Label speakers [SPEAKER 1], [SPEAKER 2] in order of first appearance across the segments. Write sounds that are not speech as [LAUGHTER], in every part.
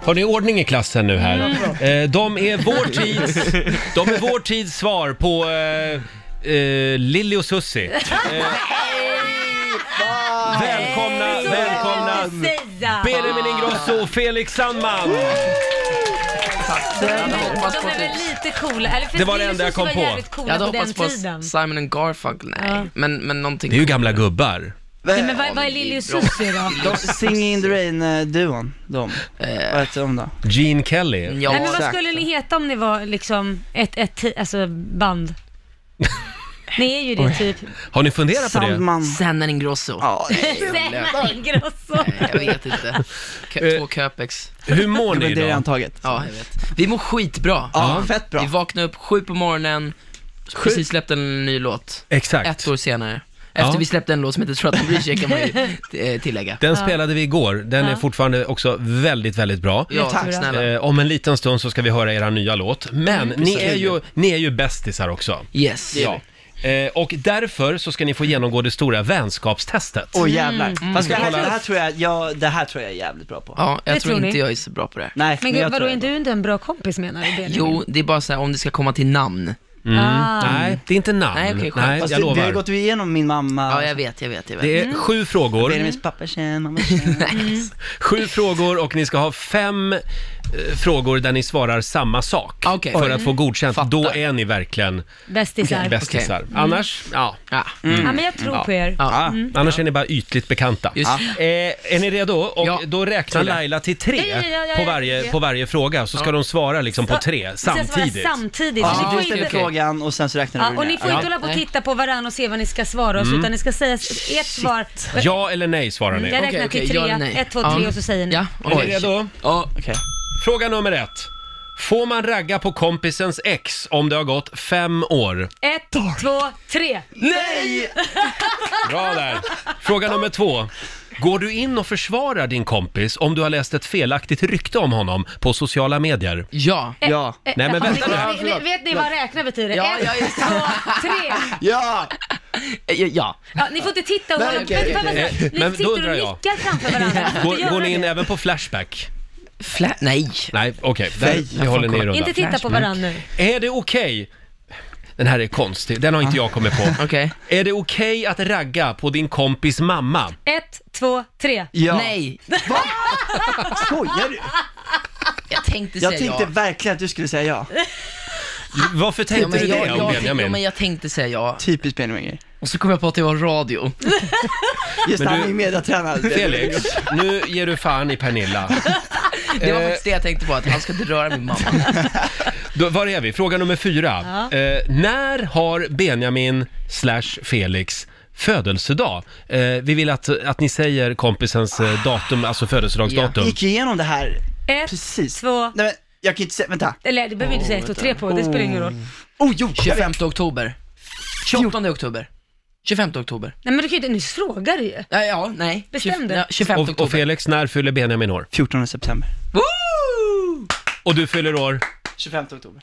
[SPEAKER 1] Har ni ordning i klassen nu här? Eh, de, är vår tids, de är vår tids svar på eh, eh, Lilly och Susie. Eh, välkomna, välkomna Benjamin Ingrosso och Felix Sandman!
[SPEAKER 2] Jag hade hoppats
[SPEAKER 3] De
[SPEAKER 2] på
[SPEAKER 3] är väl
[SPEAKER 2] typ,
[SPEAKER 3] lite coola, eller för
[SPEAKER 1] Det var det enda
[SPEAKER 3] Lillus
[SPEAKER 1] jag kom
[SPEAKER 3] var
[SPEAKER 1] på.
[SPEAKER 3] jävligt coola
[SPEAKER 2] jag hade
[SPEAKER 3] på den
[SPEAKER 2] hoppats på
[SPEAKER 3] tiden.
[SPEAKER 2] Simon and Garfunkel, nej. Men, men någonting.
[SPEAKER 1] Det är ju gamla gubbar.
[SPEAKER 3] Nej, men vad, vad är Lili och Susie då?
[SPEAKER 4] De, Singing in the rain-duon, de. Vad heter de då?
[SPEAKER 1] Gene Kelly.
[SPEAKER 2] Ja,
[SPEAKER 3] Nej, men vad
[SPEAKER 4] exakt.
[SPEAKER 3] skulle ni heta om ni var liksom ett, ett ti- alltså
[SPEAKER 2] [LAUGHS]
[SPEAKER 3] band? ni är ju det typ.
[SPEAKER 1] Har ni funderat på det?
[SPEAKER 4] Sandman.
[SPEAKER 2] Sandman Ingrosso.
[SPEAKER 4] Ja,
[SPEAKER 3] Selma Ingrosso.
[SPEAKER 2] Jag vet inte. Kö- Två Köpex.
[SPEAKER 1] Hur mår
[SPEAKER 4] men
[SPEAKER 1] ni
[SPEAKER 4] det är redan
[SPEAKER 1] idag?
[SPEAKER 4] taget.
[SPEAKER 2] Ja, jag vet. Vi mår skitbra.
[SPEAKER 4] Ja, fett bra.
[SPEAKER 2] Vi vaknade upp sju på morgonen, precis släppte en ny låt.
[SPEAKER 1] Exakt.
[SPEAKER 2] Ett år senare. Efter
[SPEAKER 1] Ja.
[SPEAKER 2] vi släppte en låt som heter Trotton Breacher kan man ju eh, tillägga.
[SPEAKER 1] Den spelade vi igår. Den är fortfarande också väldigt, väldigt bra.
[SPEAKER 2] Ja, Mm,
[SPEAKER 4] tack.
[SPEAKER 2] tack snälla.
[SPEAKER 1] Eh, om en liten stund så ska vi höra era nya låt. Men ni, är ju, ni är ju bästisar också.
[SPEAKER 2] Yes.
[SPEAKER 1] Ja. Eh, och därför så ska ni få genomgå det stora vänskapstestet.
[SPEAKER 4] Åh jävlar. Fast det här,
[SPEAKER 1] Kolla.
[SPEAKER 4] det här tror jag, ja, det här tror jag är jävligt bra på.
[SPEAKER 2] Ja, jag
[SPEAKER 3] Det
[SPEAKER 2] tror
[SPEAKER 3] tror ni.
[SPEAKER 2] inte jag är så bra på det här.
[SPEAKER 4] Nej,
[SPEAKER 3] Men gud,
[SPEAKER 4] jag tror
[SPEAKER 3] vadå,
[SPEAKER 4] jag
[SPEAKER 3] är
[SPEAKER 4] är bra.
[SPEAKER 3] du inte en bra kompis menar du Benjamin?
[SPEAKER 2] Jo, det är bara så här om det ska komma till namn.
[SPEAKER 3] Ah.
[SPEAKER 1] Mm. Nej, det är inte namn.
[SPEAKER 2] Nej, okej, skönt.
[SPEAKER 1] Nej
[SPEAKER 4] Fast
[SPEAKER 1] jag
[SPEAKER 4] vi, vi
[SPEAKER 1] lovar.
[SPEAKER 4] har gått igenom min mamma.
[SPEAKER 2] Ja, jag vet, jag vet, Mm. jag vet.
[SPEAKER 1] Det är sju frågor.
[SPEAKER 4] Benjamins pappa tjän, mamma tjän.
[SPEAKER 2] [LAUGHS]
[SPEAKER 1] Sju frågor och ni ska ha fem eh, frågor där ni svarar samma sak.
[SPEAKER 2] Ah, Okej.
[SPEAKER 1] För
[SPEAKER 2] Oj.
[SPEAKER 1] att få godkänt.
[SPEAKER 2] Fattar.
[SPEAKER 1] Då är ni verkligen
[SPEAKER 3] Bästisar.
[SPEAKER 1] bästisar. Annars, ja. Ah,
[SPEAKER 2] Ja.
[SPEAKER 3] Ja, men jag tror på er.
[SPEAKER 2] Mm. Ja.
[SPEAKER 1] Annars är ni bara ytligt bekanta.
[SPEAKER 2] Just.
[SPEAKER 1] Eh, är ni redo? Och
[SPEAKER 2] Ja.
[SPEAKER 1] då räknar
[SPEAKER 2] Till det.
[SPEAKER 1] Laila till tre
[SPEAKER 3] Ja, ja, ja, ja,
[SPEAKER 1] på,
[SPEAKER 3] ja,
[SPEAKER 1] varje,
[SPEAKER 3] ja.
[SPEAKER 1] på varje fråga, så ska de svara liksom på tre
[SPEAKER 3] Så jag svarar
[SPEAKER 1] samtidigt.
[SPEAKER 3] samtidigt.
[SPEAKER 4] Ja,
[SPEAKER 3] ni
[SPEAKER 4] du
[SPEAKER 3] får
[SPEAKER 4] ställer
[SPEAKER 3] inte,
[SPEAKER 2] Okej.
[SPEAKER 4] frågan och sen så räknar du
[SPEAKER 3] ja, och
[SPEAKER 4] ner.
[SPEAKER 3] ni får inte hålla på och
[SPEAKER 2] Nej.
[SPEAKER 3] titta på varandra och se vad ni ska svara
[SPEAKER 1] Mm.
[SPEAKER 3] oss, utan ni ska säga s- ert svar.
[SPEAKER 1] Ja eller nej svarar ni.
[SPEAKER 3] Mm. Jag räknar
[SPEAKER 2] Okej, okej,
[SPEAKER 3] till
[SPEAKER 2] ja
[SPEAKER 3] tre,
[SPEAKER 2] eller nej?
[SPEAKER 3] ett, två,
[SPEAKER 2] Ja.
[SPEAKER 3] tre och så säger ni.
[SPEAKER 2] Ja,
[SPEAKER 1] Är ni
[SPEAKER 2] oj.
[SPEAKER 1] redo?
[SPEAKER 2] Ja.
[SPEAKER 4] Okej.
[SPEAKER 1] Fråga nummer ett. Får man ragga på kompisens ex om det har gått fem år?
[SPEAKER 3] Ett, två, tre.
[SPEAKER 4] Nej!
[SPEAKER 1] Bra där. Fråga nummer två. Går du in och försvarar din kompis om du har läst ett felaktigt rykte om honom på sociala medier?
[SPEAKER 2] Ja.
[SPEAKER 4] Ja.
[SPEAKER 3] Eh,
[SPEAKER 1] Nej, men
[SPEAKER 3] ja,
[SPEAKER 1] vänta
[SPEAKER 3] ni-
[SPEAKER 1] nu.
[SPEAKER 3] ni- ni- Vet ni vad räkna betyder?
[SPEAKER 2] Ja,
[SPEAKER 3] Ett,
[SPEAKER 2] ja, just det.
[SPEAKER 3] två, tre.
[SPEAKER 4] Ja!
[SPEAKER 2] Ja. ja.
[SPEAKER 3] Ja, ni får inte titta och
[SPEAKER 4] Nej,
[SPEAKER 3] hålla på.
[SPEAKER 4] okej,
[SPEAKER 3] vänta,
[SPEAKER 1] okej.
[SPEAKER 3] vänta,
[SPEAKER 1] Men då
[SPEAKER 3] Ni sitter och
[SPEAKER 1] undrar jag.
[SPEAKER 3] nickar framför varandra. Ni får inte
[SPEAKER 1] Går, går
[SPEAKER 3] göra
[SPEAKER 1] ni in
[SPEAKER 3] det.
[SPEAKER 1] även på Flashback?
[SPEAKER 2] Fla- nej.
[SPEAKER 1] Nej, okej. Där vi håller ni er undan.
[SPEAKER 3] Inte titta på varandra nu.
[SPEAKER 1] Är det okej? Den här är konstig, den har inte jag kommit på.
[SPEAKER 2] Ah, Okej.
[SPEAKER 1] Är det okej att ragga på din kompis mamma?
[SPEAKER 3] Ett, två, tre.
[SPEAKER 4] ja.
[SPEAKER 2] Nej.
[SPEAKER 4] Skojar du?
[SPEAKER 2] Jag tänkte säga
[SPEAKER 4] [LAUGHS] Jag tänkte
[SPEAKER 2] ja.
[SPEAKER 4] verkligen att du skulle säga ja.
[SPEAKER 1] Varför
[SPEAKER 2] Ja,
[SPEAKER 1] tänkte
[SPEAKER 2] men
[SPEAKER 1] du
[SPEAKER 2] jag,
[SPEAKER 1] det om
[SPEAKER 2] jag, ja, men
[SPEAKER 1] Benjamin?
[SPEAKER 2] jag tänkte säga ja.
[SPEAKER 4] Typiskt Benjamin.
[SPEAKER 2] Och så kom jag på att det var radio.
[SPEAKER 1] Men
[SPEAKER 4] Just det, han
[SPEAKER 1] du-
[SPEAKER 4] är ju mediatränad.
[SPEAKER 1] [LAUGHS] Felix, nu ger du fan i Pernilla.
[SPEAKER 2] [LAUGHS] Det var faktiskt det jag tänkte på, att han ska inte röra min [LAUGHS] mamma.
[SPEAKER 1] Då, var är vi? Fråga nummer fyra.
[SPEAKER 3] Ja.
[SPEAKER 1] Eh, när har Benjamin slash Felix födelsedag? Eh, vi vill att, att ni säger kompisens eh, datum, alltså
[SPEAKER 4] Jag
[SPEAKER 1] födelsedagsdatum.
[SPEAKER 4] gick ju igenom det här
[SPEAKER 3] Ett,
[SPEAKER 4] precis.
[SPEAKER 3] två,
[SPEAKER 4] Nej men, jag kan inte säga, vänta.
[SPEAKER 3] eller det behöver vi inte säga ett, två, tre på. Det spelar ingen roll.
[SPEAKER 4] Oh jo!
[SPEAKER 2] 25 oktober. 28 oktober. 25 oktober.
[SPEAKER 3] Nej men du kan ju inte, nu frågar du ju.
[SPEAKER 2] Ja, ja nej.
[SPEAKER 3] Bestäm
[SPEAKER 2] Tjugo-
[SPEAKER 3] dig.
[SPEAKER 2] ja, 25
[SPEAKER 1] Och, och
[SPEAKER 2] oktober.
[SPEAKER 1] Felix, när fyller Benjamin år?
[SPEAKER 4] 14 september.
[SPEAKER 2] Woo!
[SPEAKER 1] Och du fyller år?
[SPEAKER 4] 25 oktober.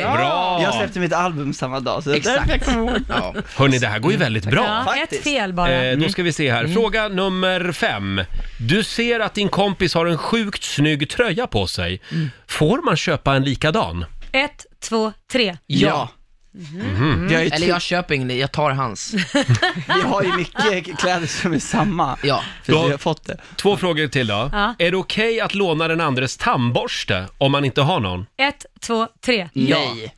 [SPEAKER 4] Jag
[SPEAKER 1] Bra!
[SPEAKER 4] släppte mitt album samma dag, så
[SPEAKER 2] Exakt.
[SPEAKER 4] därför-
[SPEAKER 2] Ja.
[SPEAKER 1] Hörni, det här går ju väldigt bra.
[SPEAKER 3] Ja, ett
[SPEAKER 4] faktiskt.
[SPEAKER 3] fel bara.
[SPEAKER 1] Eh, då ska vi se här. Fråga nummer fem. Du ser att din kompis har en sjukt snygg tröja på sig. Får man köpa en likadan?
[SPEAKER 3] Ett, två, tre.
[SPEAKER 4] Ja. Vi, har ju typ-
[SPEAKER 2] Eller jag köper ingen, jag tar hans.
[SPEAKER 4] vi har ju mycket kläder som är samma.
[SPEAKER 2] Ja.
[SPEAKER 4] För
[SPEAKER 1] Då-
[SPEAKER 4] vi har fått det.
[SPEAKER 1] Två frågor till då.
[SPEAKER 3] Ja.
[SPEAKER 1] Är det okej att låna den andres tandborste om man inte har någon?
[SPEAKER 3] Ett, två, tre.
[SPEAKER 2] Nej.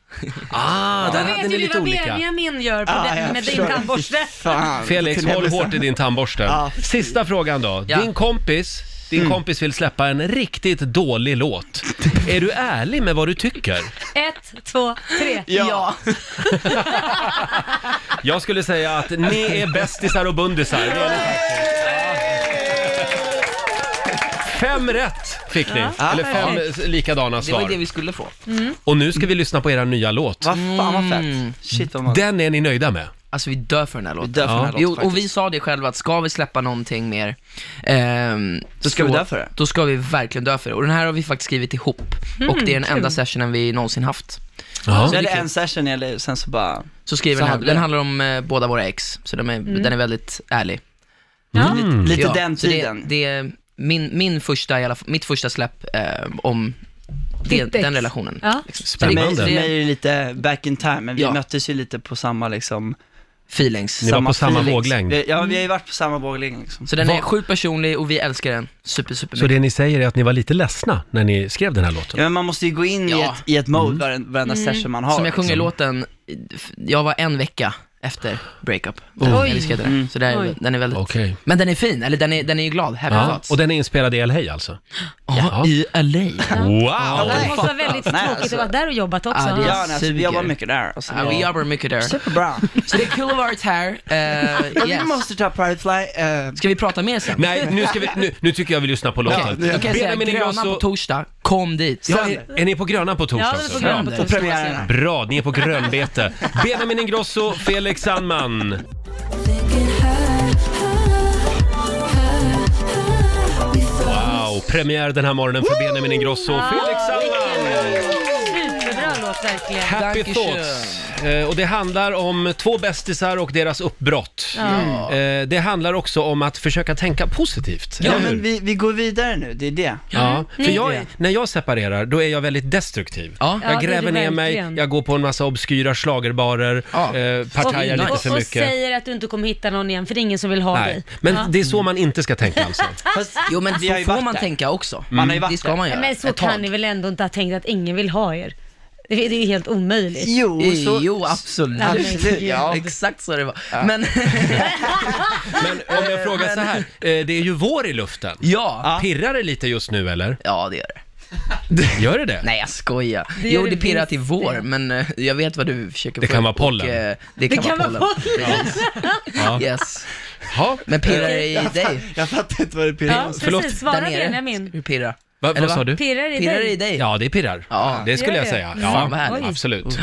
[SPEAKER 1] Ah, där
[SPEAKER 3] Då vet
[SPEAKER 1] hade ni
[SPEAKER 3] ju du
[SPEAKER 1] lite
[SPEAKER 3] vad
[SPEAKER 1] olika.
[SPEAKER 3] Benjamin gör på
[SPEAKER 4] Ah,
[SPEAKER 3] den,
[SPEAKER 4] jag
[SPEAKER 3] med din
[SPEAKER 4] förstår.
[SPEAKER 3] tandborste.
[SPEAKER 4] Fan.
[SPEAKER 1] Felix,
[SPEAKER 4] Kunde jag
[SPEAKER 1] håll
[SPEAKER 4] bestämma.
[SPEAKER 1] hårt i din tandborste.
[SPEAKER 4] Ja.
[SPEAKER 1] Sista frågan då.
[SPEAKER 2] Ja.
[SPEAKER 1] Din kompis, din kompis vill släppa en riktigt dålig låt. Är du ärlig med vad du tycker?
[SPEAKER 3] Ett, två, tre.
[SPEAKER 2] Ja.
[SPEAKER 1] Jag skulle säga att ni är bästisar och bundisar. Det är ni faktiskt. Ja. Fem rätt fick ni, eller fem likadana
[SPEAKER 2] Det var ju
[SPEAKER 1] svar.
[SPEAKER 2] det vi skulle få.
[SPEAKER 1] Och nu ska vi lyssna på era nya låt.
[SPEAKER 4] Vad fan vad
[SPEAKER 2] Mm.
[SPEAKER 4] fett. Shit vad man...
[SPEAKER 1] Den är ni nöjda med?
[SPEAKER 2] Alltså vi dör för den här låten.
[SPEAKER 4] dör för den här
[SPEAKER 2] jo,
[SPEAKER 4] låten
[SPEAKER 2] och vi
[SPEAKER 4] faktiskt.
[SPEAKER 2] sa det själva att ska vi släppa någonting mer, ehm,
[SPEAKER 4] Då ska
[SPEAKER 2] så-
[SPEAKER 4] vi dö för det.
[SPEAKER 2] Då ska vi verkligen dö för det. Och den här har vi faktiskt skrivit ihop.
[SPEAKER 3] Mm,
[SPEAKER 2] och det är den enda sessionen vi någonsin haft.
[SPEAKER 1] Ja.
[SPEAKER 4] Så är det en session eller sen så bara...
[SPEAKER 2] Så skriver
[SPEAKER 4] Så
[SPEAKER 2] den här,
[SPEAKER 4] hade det.
[SPEAKER 2] den handlar om eh, båda
[SPEAKER 3] Mm.
[SPEAKER 2] våra ex, så den är, den är väldigt ärlig.
[SPEAKER 3] Ja.
[SPEAKER 4] Lite
[SPEAKER 2] Mm. Ja,
[SPEAKER 4] den
[SPEAKER 2] så det-
[SPEAKER 4] tiden.
[SPEAKER 2] Det, min, min första, i alla, fall- mitt första släpp eh, om det,
[SPEAKER 3] Ditt ex.
[SPEAKER 2] den relationen.
[SPEAKER 3] Ja.
[SPEAKER 2] Liksom. Så
[SPEAKER 4] För
[SPEAKER 2] det-
[SPEAKER 1] Spännande.
[SPEAKER 4] mig, för
[SPEAKER 2] det-
[SPEAKER 4] mig är det lite back in time, men vi
[SPEAKER 2] Ja.
[SPEAKER 4] möttes ju lite på samma liksom...
[SPEAKER 2] Feelings.
[SPEAKER 1] Ni var på samma
[SPEAKER 4] feelings.
[SPEAKER 1] våglängd.
[SPEAKER 4] Vi- Ja, vi har ju varit på samma våglängd liksom.
[SPEAKER 2] Så den är
[SPEAKER 1] Vad-
[SPEAKER 2] sjukt personlig och vi älskar den super, super
[SPEAKER 1] Så
[SPEAKER 2] mycket.
[SPEAKER 1] det ni säger är att ni var lite ledsna när ni skrev den här låten?
[SPEAKER 4] Ja, men man måste ju gå in i
[SPEAKER 2] Ja.
[SPEAKER 4] ett, i ett mode
[SPEAKER 1] Mm.
[SPEAKER 4] varenda, varenda session man har.
[SPEAKER 2] Som jag sjunger i
[SPEAKER 4] liksom.
[SPEAKER 2] låten, f- jag var en vecka efter breakup.
[SPEAKER 3] Oj.
[SPEAKER 2] Jag älskade den. Så det
[SPEAKER 3] Oj.
[SPEAKER 2] är, den är väldigt...
[SPEAKER 1] Okej.
[SPEAKER 2] Men den är fin, eller den är, den är ju glad. Happy
[SPEAKER 1] Ja.
[SPEAKER 2] thoughts.
[SPEAKER 1] Och den är inspelad i LA alltså?
[SPEAKER 2] Ja, i LA.
[SPEAKER 1] Wow!
[SPEAKER 3] Det måste vara
[SPEAKER 4] Nej,
[SPEAKER 3] väldigt
[SPEAKER 4] alltså.
[SPEAKER 3] tråkigt att vara där och jobbat också.
[SPEAKER 2] Ja, det är-
[SPEAKER 4] Ja, nej, alltså, vi
[SPEAKER 2] Suger.
[SPEAKER 4] jobbar mycket där. Alltså,
[SPEAKER 2] [LAUGHS] Ja, vi jobbar mycket där. [LAUGHS]
[SPEAKER 4] Superbra.
[SPEAKER 2] Så det är kul att vara här. Eh,
[SPEAKER 4] Vi
[SPEAKER 2] yes.
[SPEAKER 4] måste ta Pride Fly. eh,
[SPEAKER 2] Ska vi prata mer sen?
[SPEAKER 1] Nej, nu, ska vi, nu, nu tycker jag vi lyssnar på
[SPEAKER 2] Okej,
[SPEAKER 1] låten.
[SPEAKER 2] då kan jag säga
[SPEAKER 1] Benjamin
[SPEAKER 2] gröna på
[SPEAKER 1] Ingrosso...
[SPEAKER 2] torsdag, kom dit.
[SPEAKER 1] Ja, är, är ni på Grönan på torsdag?
[SPEAKER 3] Ja, det är
[SPEAKER 1] alltså?
[SPEAKER 3] på Grönan på
[SPEAKER 2] Ja.
[SPEAKER 4] och
[SPEAKER 3] torsdag.
[SPEAKER 4] premiärerna.
[SPEAKER 1] Bra, ni är på grönbete. Benjamin Ingrosso, Felix Sandman. Wow, premiär den här morgonen för Benjamin Ingrosso och Felix Sandman.
[SPEAKER 3] Superbra låt verkligen.
[SPEAKER 1] Happy
[SPEAKER 2] Dankeschön.
[SPEAKER 1] Thoughts. Eh, Och det handlar om två bästisar och deras uppbrott.
[SPEAKER 2] Ja.
[SPEAKER 1] Eh, Det handlar också om att försöka tänka positivt,
[SPEAKER 4] Ja,
[SPEAKER 1] eller hur?
[SPEAKER 4] men vi, vi går vidare nu, det är det.
[SPEAKER 1] Ja, för jag,
[SPEAKER 4] det.
[SPEAKER 1] när jag separerar, då är jag väldigt destruktiv.
[SPEAKER 2] Ja.
[SPEAKER 1] Jag
[SPEAKER 3] Ja, det är
[SPEAKER 1] gräver
[SPEAKER 3] du
[SPEAKER 1] ner mig,
[SPEAKER 3] verkligen.
[SPEAKER 1] jag går på en massa obskyra schlagerbarer,
[SPEAKER 2] Ja.
[SPEAKER 1] eh, partajar
[SPEAKER 2] Och-
[SPEAKER 1] lite
[SPEAKER 3] Och,
[SPEAKER 1] för
[SPEAKER 3] och
[SPEAKER 1] mycket.
[SPEAKER 3] säger att du inte kommer hitta någon igen för det är ingen som vill ha
[SPEAKER 1] Nej,
[SPEAKER 3] dig.
[SPEAKER 1] men
[SPEAKER 3] ja.
[SPEAKER 1] det är så man inte ska tänka alltså.
[SPEAKER 4] Fast
[SPEAKER 2] Jo men så
[SPEAKER 4] vi har ju
[SPEAKER 2] får
[SPEAKER 4] varit
[SPEAKER 2] man
[SPEAKER 4] där.
[SPEAKER 2] tänka också.
[SPEAKER 4] Man har ju varit
[SPEAKER 2] Det ska
[SPEAKER 4] där.
[SPEAKER 2] man göra.
[SPEAKER 3] Men så
[SPEAKER 2] Ett tag.
[SPEAKER 3] kan ni väl ändå inte ha tänkt att ingen vill ha er? Det, det är ju helt omöjligt.
[SPEAKER 4] Jo, så...
[SPEAKER 2] Jo, absolut.
[SPEAKER 3] Ja, men-
[SPEAKER 2] [LAUGHS] Ja, exakt så det var. Men, [LAUGHS]
[SPEAKER 1] Men om jag frågar så här, eh, det är ju vår i luften.
[SPEAKER 2] ja.
[SPEAKER 1] Pirrar det lite just nu eller?
[SPEAKER 2] Ja, det gör det.
[SPEAKER 1] Gör det det?
[SPEAKER 2] Nej, jag skojar.
[SPEAKER 3] Det gör
[SPEAKER 2] jo,
[SPEAKER 3] det
[SPEAKER 2] det pirrar
[SPEAKER 3] visst
[SPEAKER 2] till vår, men eh, jag vet vad du försöker
[SPEAKER 1] Det
[SPEAKER 2] få
[SPEAKER 1] kan
[SPEAKER 2] upp
[SPEAKER 1] vara pollen.
[SPEAKER 2] och, eh, det, kan vara pollen. Precis.
[SPEAKER 1] Ja.
[SPEAKER 2] Yes.
[SPEAKER 1] Ja.
[SPEAKER 2] Men pirrar det i dig?
[SPEAKER 4] Jag fattar inte vad det pirrar
[SPEAKER 3] Ja,
[SPEAKER 4] om.
[SPEAKER 1] förlåt.
[SPEAKER 3] precis. Svara
[SPEAKER 2] Där nere?
[SPEAKER 3] Benjamin.
[SPEAKER 2] Hur pirrar?
[SPEAKER 1] Va,
[SPEAKER 2] Eller
[SPEAKER 1] vad sa
[SPEAKER 2] vad?
[SPEAKER 1] du?
[SPEAKER 3] Pirrar i
[SPEAKER 2] Pirrar det i
[SPEAKER 3] dig?
[SPEAKER 2] dig?
[SPEAKER 1] Ja, det pirrar.
[SPEAKER 2] Ja.
[SPEAKER 1] Det skulle
[SPEAKER 3] Gör
[SPEAKER 1] jag
[SPEAKER 3] det?
[SPEAKER 1] säga.
[SPEAKER 2] Fan, vad
[SPEAKER 1] Ja,
[SPEAKER 2] härligt.
[SPEAKER 1] absolut.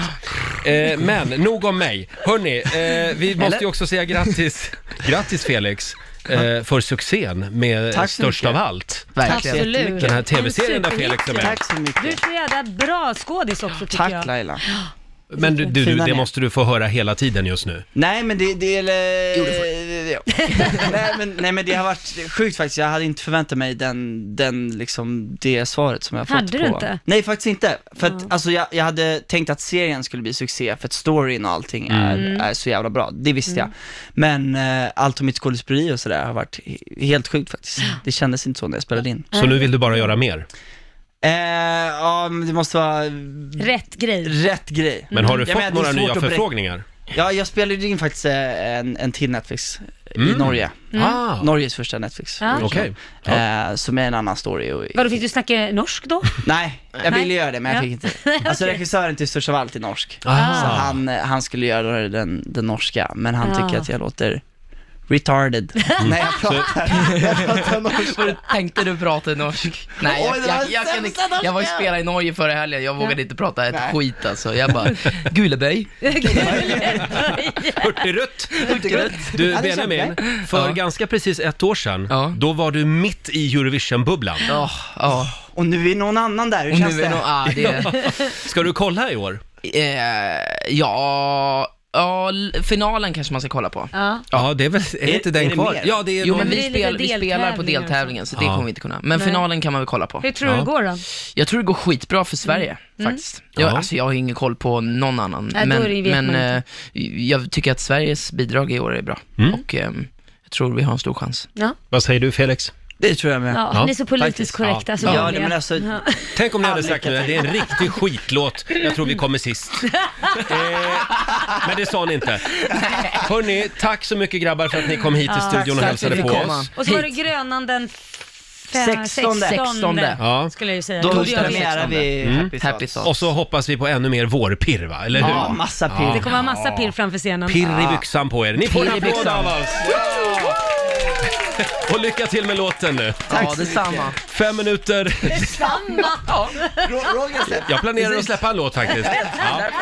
[SPEAKER 1] Eh, men nog om mig. Hörni, eh, vi måste ju också säga grattis, grattis Felix, eh, för succén med
[SPEAKER 4] Tack så
[SPEAKER 1] Störst
[SPEAKER 4] mycket.
[SPEAKER 1] av allt.
[SPEAKER 2] Verkligen.
[SPEAKER 3] Absolut.
[SPEAKER 1] Den här tv-serien där
[SPEAKER 3] En
[SPEAKER 1] Felix är med.
[SPEAKER 4] Tack så
[SPEAKER 3] Du är
[SPEAKER 4] mycket.
[SPEAKER 3] så jävla bra skådis också tycker
[SPEAKER 4] Tack
[SPEAKER 3] jag.
[SPEAKER 4] Laila.
[SPEAKER 1] Men du, du, du,
[SPEAKER 4] Fina
[SPEAKER 1] det
[SPEAKER 4] ni.
[SPEAKER 1] måste du få höra hela tiden just nu.
[SPEAKER 4] Nej men det, det eller... [LAUGHS] nej, men, nej men det har varit sjukt faktiskt, jag hade inte förväntat mig den, den liksom, det svaret som jag har fått
[SPEAKER 3] Hade
[SPEAKER 4] på.
[SPEAKER 3] du inte?
[SPEAKER 4] Nej faktiskt inte, för att alltså jag, jag hade tänkt att serien skulle bli succé för att storyn och allting
[SPEAKER 3] Mm.
[SPEAKER 4] är, är så jävla bra, det visste jag. Men eh, allt om mitt skådespeleri och sådär har varit he- helt sjukt faktiskt. Det kändes inte så när jag spelade in.
[SPEAKER 1] Så nu vill du bara göra mer.
[SPEAKER 4] Eh, ja men det måste vara
[SPEAKER 3] Rätt grej.
[SPEAKER 4] rätt grej.
[SPEAKER 1] Men har du fått
[SPEAKER 4] Jag menar, Mm. det
[SPEAKER 1] några
[SPEAKER 4] är
[SPEAKER 1] nya
[SPEAKER 4] svårt att berätta.
[SPEAKER 1] förfrågningar?
[SPEAKER 4] Ja, jag spelade in faktiskt eh, en, en till Netflix
[SPEAKER 1] Mm.
[SPEAKER 4] i Norge.
[SPEAKER 1] Ah,
[SPEAKER 4] Norges första Netflix.
[SPEAKER 3] Ja.
[SPEAKER 1] okej. Ja.
[SPEAKER 4] Eh, som är en annan story. Och...
[SPEAKER 3] Vadå, fick du snacka norsk då?
[SPEAKER 4] Nej, jag
[SPEAKER 3] Nej.
[SPEAKER 4] ville göra det men jag
[SPEAKER 3] Ja.
[SPEAKER 4] fick
[SPEAKER 3] [LAUGHS]
[SPEAKER 4] inte. Alltså regissören till Störst av allt är norsk.
[SPEAKER 1] Ah.
[SPEAKER 4] Så han, eh, han skulle göra den, den norska, men han
[SPEAKER 3] Ja.
[SPEAKER 4] tycker att jag låter
[SPEAKER 3] [LAUGHS]
[SPEAKER 4] retarded när jag pratar.
[SPEAKER 2] Vad du tänkte du prata norsk? Nej, jag,
[SPEAKER 4] Oj, det var
[SPEAKER 2] jag, jag,
[SPEAKER 4] den
[SPEAKER 2] kan inte,
[SPEAKER 4] sämsta
[SPEAKER 2] jag var ju
[SPEAKER 4] norskan.
[SPEAKER 2] spelade i Norge förra helgen, jag vågade inte prata ett skit alltså. Jag bara, Guleberg,
[SPEAKER 1] Hurtigrutt! Du
[SPEAKER 4] Ja, det känns
[SPEAKER 1] Benjamin, för
[SPEAKER 2] Ja.
[SPEAKER 1] ganska precis ett år sedan,
[SPEAKER 2] Ja.
[SPEAKER 1] då var du mitt i Eurovision-bubblan.
[SPEAKER 2] ja, ja.
[SPEAKER 4] Och nu är någon annan där, hur
[SPEAKER 2] Och
[SPEAKER 4] känns
[SPEAKER 2] nu
[SPEAKER 4] det?
[SPEAKER 2] är nog, ah,
[SPEAKER 1] [LAUGHS]
[SPEAKER 2] det,
[SPEAKER 1] Ska du kolla i år?
[SPEAKER 2] eh, ja, ja, l- finalen kanske man ska kolla på.
[SPEAKER 3] Ja.
[SPEAKER 1] Ja, det är väl, är,
[SPEAKER 4] Är-
[SPEAKER 1] inte den
[SPEAKER 4] är det
[SPEAKER 1] kvar?
[SPEAKER 4] mer?
[SPEAKER 1] Ja, det är
[SPEAKER 2] Jo
[SPEAKER 1] någon...
[SPEAKER 2] men
[SPEAKER 3] men
[SPEAKER 2] vi,
[SPEAKER 3] det är lite
[SPEAKER 2] spel, vi spelar på
[SPEAKER 3] deltävlingar och så.
[SPEAKER 2] deltävlingen så det
[SPEAKER 1] Ja.
[SPEAKER 2] kommer vi inte kunna. Men
[SPEAKER 3] Nej.
[SPEAKER 2] finalen kan man väl kolla på.
[SPEAKER 3] Hur tror du
[SPEAKER 1] Ja.
[SPEAKER 3] det går då?
[SPEAKER 2] Jag tror det går skitbra
[SPEAKER 3] Mm.
[SPEAKER 2] för Sverige faktiskt. Jag,
[SPEAKER 1] Ja.
[SPEAKER 2] Alltså jag har ingen koll på någon annan.
[SPEAKER 3] Nej, då är det-
[SPEAKER 2] men
[SPEAKER 3] vet
[SPEAKER 2] men
[SPEAKER 3] man
[SPEAKER 2] eh, jag tycker att Sveriges bidrag i år är bra.
[SPEAKER 1] Mm.
[SPEAKER 2] Och ehm, jag tror vi har en stor chans.
[SPEAKER 3] Ja.
[SPEAKER 1] Vad säger du Felix?
[SPEAKER 4] Det tror jag med.
[SPEAKER 3] Ja,
[SPEAKER 1] Ja,
[SPEAKER 3] ni är så politiskt
[SPEAKER 4] faktiskt.
[SPEAKER 3] korrekta
[SPEAKER 1] Ja.
[SPEAKER 3] så
[SPEAKER 4] Ja,
[SPEAKER 3] jag
[SPEAKER 4] nej,
[SPEAKER 3] vet.
[SPEAKER 4] men alltså- [LAUGHS]
[SPEAKER 3] Ja.
[SPEAKER 1] Tänk om ni hade
[SPEAKER 4] Ja,
[SPEAKER 1] sagt nu,
[SPEAKER 4] lycka
[SPEAKER 1] det är en riktig skitlåt, jag tror vi kommer
[SPEAKER 4] [LAUGHS]
[SPEAKER 1] sist. Eh, men det sa ni inte. Hörni, tack så mycket grabbar för att ni kom hit till studion och
[SPEAKER 4] tack
[SPEAKER 1] hälsade
[SPEAKER 4] för
[SPEAKER 1] på
[SPEAKER 4] att
[SPEAKER 2] vi fick komma.
[SPEAKER 1] oss.
[SPEAKER 3] Och så var det Grönan den
[SPEAKER 4] Sextonde.
[SPEAKER 3] 16
[SPEAKER 2] Sextonde.
[SPEAKER 1] Ja.
[SPEAKER 3] skulle jag ju säga.
[SPEAKER 4] Då
[SPEAKER 3] Då gör vi. liksom Mm.
[SPEAKER 4] premiärar vi Happy,
[SPEAKER 2] Happy
[SPEAKER 4] Happy
[SPEAKER 2] Thoughts.
[SPEAKER 1] Och så hoppas vi på ännu mer vårpirr va, eller hur?
[SPEAKER 4] Ja, massa pirr.
[SPEAKER 3] Det kommer vara massa pirr framför scenen.
[SPEAKER 1] Pirr i byxan på er. Ni får en
[SPEAKER 2] Pirr i
[SPEAKER 1] applåd
[SPEAKER 2] byxan.
[SPEAKER 1] av oss. [LAUGHS] Och lycka till med låten nu.
[SPEAKER 2] ja, detsamma.
[SPEAKER 1] Fem minuter.
[SPEAKER 4] Roger släpper. [LAUGHS]
[SPEAKER 1] Jag planerar att släppa en låt faktiskt. Ja.